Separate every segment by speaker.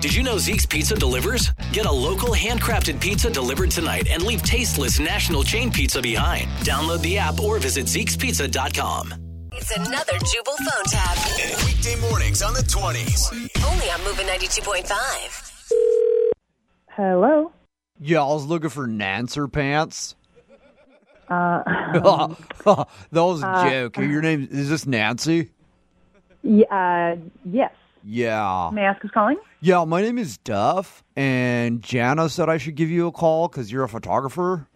Speaker 1: Did you know Zeke's Pizza delivers? Get a local handcrafted pizza delivered tonight and leave tasteless national chain pizza behind. Download the app or visit Zeke'sPizza.com.
Speaker 2: It's another Jubal phone tab.
Speaker 3: Weekday mornings on the 20s.
Speaker 2: Only on Moving 92.5.
Speaker 4: Hello.
Speaker 5: Y'all's looking for Nancer pants?
Speaker 4: Uh,
Speaker 5: that was a joke. Your name is this Nancy?
Speaker 4: y- uh, yes.
Speaker 5: Yeah.
Speaker 4: May I ask who's calling?
Speaker 5: Yeah, my name is Duff, and Jana said I should give you a call because you're a photographer.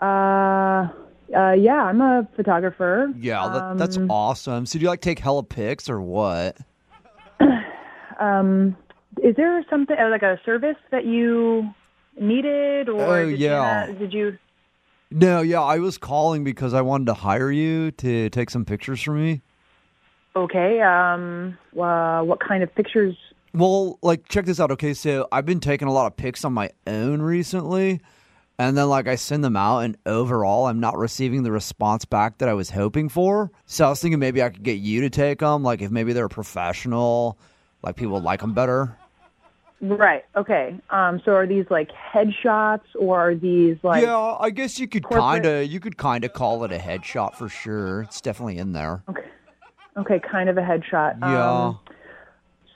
Speaker 4: Uh, uh, yeah, I'm a photographer.
Speaker 5: Yeah, that, that's
Speaker 4: Um,
Speaker 5: awesome. So do you like take hella pics or what?
Speaker 4: Um, is there something uh, like a service that you needed, or
Speaker 5: Oh,
Speaker 4: did
Speaker 5: yeah.
Speaker 4: you, uh, did you?
Speaker 5: No, yeah, I was calling because I wanted to hire you to take some pictures for me.
Speaker 4: Okay. Um, uh, what kind of pictures?
Speaker 5: Well, like check this out. Okay, so I've been taking a lot of pics on my own recently, and then like I send them out, and overall, I'm not receiving the response back that I was hoping for. So I was thinking maybe I could get you to take them. Like if maybe they're professional, like people would like them better.
Speaker 4: Right. Okay. Um, so are these like headshots, or are these like?
Speaker 5: yeah, I guess you could
Speaker 4: corporate-
Speaker 5: kind of you could kind of call it a headshot for sure. It's definitely in there.
Speaker 4: Okay. Okay, kind of a headshot.
Speaker 5: Yeah.
Speaker 4: Um,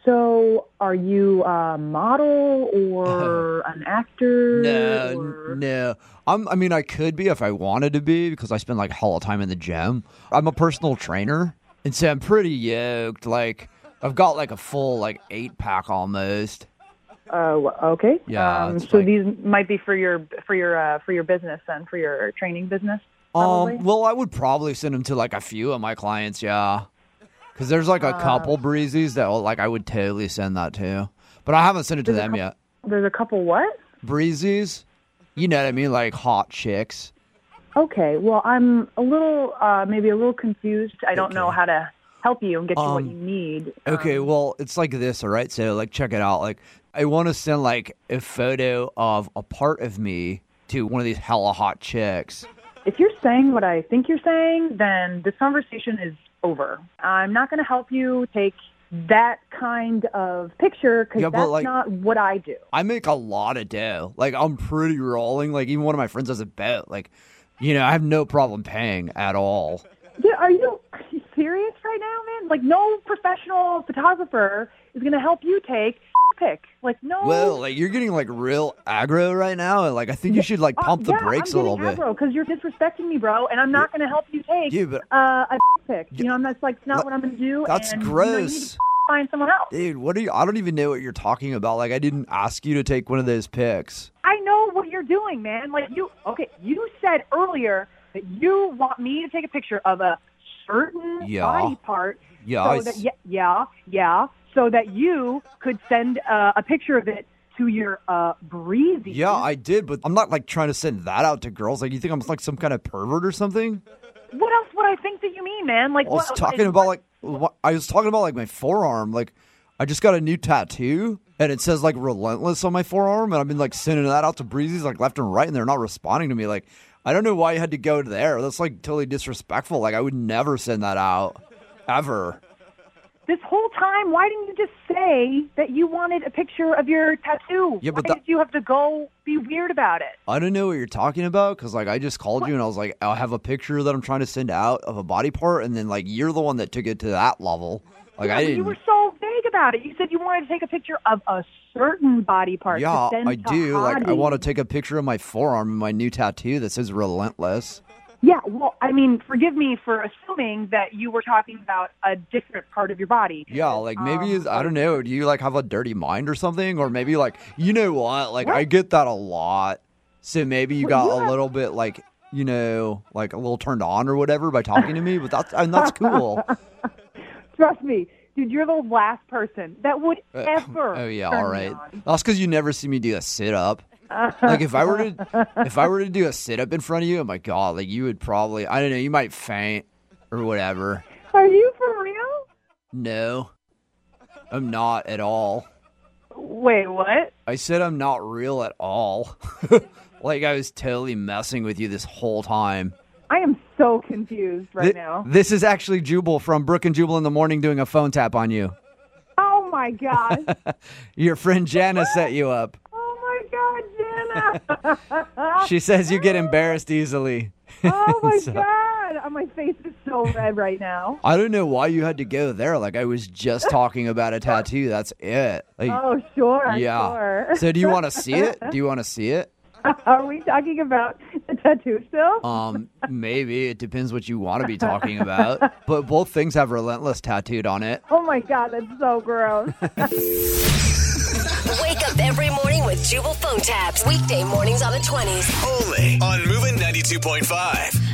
Speaker 4: so, are you a model or an actor?
Speaker 5: No,
Speaker 4: or-
Speaker 5: no. I'm, I mean, I could be if I wanted to be because I spend like hell of time in the gym. I'm a personal trainer, and so I'm pretty yoked. Like, I've got like a full like eight pack almost.
Speaker 4: Oh, okay.
Speaker 5: Yeah,
Speaker 4: Um,
Speaker 5: it's
Speaker 4: so
Speaker 5: like-
Speaker 4: these might be for your for your uh, for your business then for your training business. Probably.
Speaker 5: Um, well, I would probably send them to like a few of my clients, yeah. Because there's like
Speaker 4: Uh.
Speaker 5: a couple breezes that like I would totally send that to, but I haven't sent it to them yet.
Speaker 4: There's a couple what?
Speaker 5: Breezes, you know what I mean, like hot chicks.
Speaker 4: Okay. Well, I'm a little uh, maybe a little confused. I don't know
Speaker 5: Okay.
Speaker 4: how to help you and get you what
Speaker 5: Um,
Speaker 4: you need.
Speaker 5: Okay,
Speaker 4: Um,
Speaker 5: well, it's like this, all right? So, like, check it out. Like, I want to send, like, a photo of a part of me to one of these hella hot chicks.
Speaker 4: if you're saying what I think you're saying, then this conversation is over. I'm not going to help you take that kind of picture because
Speaker 5: Yeah, but,
Speaker 4: that's
Speaker 5: like-
Speaker 4: not what I do.
Speaker 5: I make a lot of dough. Like, I'm pretty rolling. Like, even one of my friends has a boat. Like, you know, I have no problem paying at all.
Speaker 4: Yeah, are you are you serious right now, man? Like, no professional photographer is going to help you take pic. Like, no.
Speaker 5: Well, like, you're getting, like, real aggro right now. And, like, I think you should, like,
Speaker 4: Uh,
Speaker 5: pump the
Speaker 4: yeah,
Speaker 5: brakes
Speaker 4: I'm
Speaker 5: a little
Speaker 4: getting
Speaker 5: bit.
Speaker 4: aggro because you're disrespecting me, bro, and I'm not going to help you take
Speaker 5: Yeah, but-
Speaker 4: uh, a pic. You know, I'm that's like not what I'm going to do.
Speaker 5: That's
Speaker 4: and, You know, you need
Speaker 5: gross.
Speaker 4: to find someone else.
Speaker 5: Dude, what are you? I don't even know what you're talking about. Like, I didn't ask you to take one of those pics.
Speaker 4: I know what you're doing, man. Like you, okay, you said earlier that you want me to take a picture of a certain
Speaker 5: Yeah.
Speaker 4: body part,
Speaker 5: Yeah,
Speaker 4: so
Speaker 5: I
Speaker 4: that
Speaker 5: s-
Speaker 4: yeah, yeah, yeah, so that you could send uh, a picture of it to your uh, breezy.
Speaker 5: Yeah, I did, but I'm not like trying to send that out to girls. Like, you think I'm like some kind of pervert or something?
Speaker 4: What else would I think that you mean, man? Like
Speaker 5: I was
Speaker 4: what,
Speaker 5: talking about like what, I was talking about like my forearm. Like, I just got a new tattoo, and it says like relentless on my forearm, and I've been like sending that out to breezes like left and right, and they're not responding to me. Like, I don't know why you had to go there. That's like totally disrespectful. Like, I would never send that out, ever.
Speaker 4: this whole time. Why didn't you just say that you wanted a picture of your tattoo?
Speaker 5: Yeah, but
Speaker 4: why
Speaker 5: that-
Speaker 4: did you have to go be weird about it?
Speaker 5: I don't know what you're talking about because like I just called you and I was like, I have a picture that I'm trying to send out of a body part, and then like you're the one that took it to that level. Like I
Speaker 4: But
Speaker 5: didn't.
Speaker 4: You were so vague about it. You said you wanted to take a picture of a certain body part.
Speaker 5: Yeah,
Speaker 4: to send
Speaker 5: I
Speaker 4: to
Speaker 5: do. Like, I
Speaker 4: Hadi.
Speaker 5: want to take a picture of my forearm and my new tattoo that says "Relentless."
Speaker 4: Yeah, well, I mean, forgive me for assuming that you were talking about a different part of your body.
Speaker 5: Yeah, like maybe it's I don't know. Do you like have a dirty mind or something, or maybe like you know what? Like I get that a lot. So maybe you got a little bit like you know like a little turned on or whatever by talking to me, but that's and that's cool.
Speaker 4: Trust me, dude, you're the last person that would ever.
Speaker 5: Oh yeah,
Speaker 4: turn
Speaker 5: all
Speaker 4: me
Speaker 5: right.
Speaker 4: on.
Speaker 5: That's because you never see me do a sit up. like if I were to if I were to do a sit up in front of you, oh my god, like you would probably I don't know, you might faint or whatever.
Speaker 4: Are you for real?
Speaker 5: No, I'm not at all.
Speaker 4: Wait, what?
Speaker 5: I said I'm not real at all. like I was totally messing with you this whole time.
Speaker 4: I am so confused right
Speaker 5: Thi-
Speaker 4: now.
Speaker 5: This is actually Jubal from Brook and Jubal in the Morning doing a phone tap on you.
Speaker 4: Oh my my god.
Speaker 5: Your friend Jana set you up.
Speaker 4: Oh my god, Jenna.
Speaker 5: She says you get embarrassed easily.
Speaker 4: Oh my
Speaker 5: So-
Speaker 4: god. Oh, my face is so red right now.
Speaker 5: I don't know why you had to go there. Like I was just talking about a tattoo. That's it. Like,
Speaker 4: Oh, sure.
Speaker 5: yeah.
Speaker 4: Sure.
Speaker 5: So do you want to see it? Do you want to see it?
Speaker 4: Are we talking about the tattoo still?
Speaker 5: Um, maybe it depends what you want to be talking about. But both things have relentless tattooed on it.
Speaker 4: oh my god, that's so gross.
Speaker 2: Wake up every morning with Jubal phone tabs. Weekday mornings on the 20s.
Speaker 3: Only on Moving 92.5.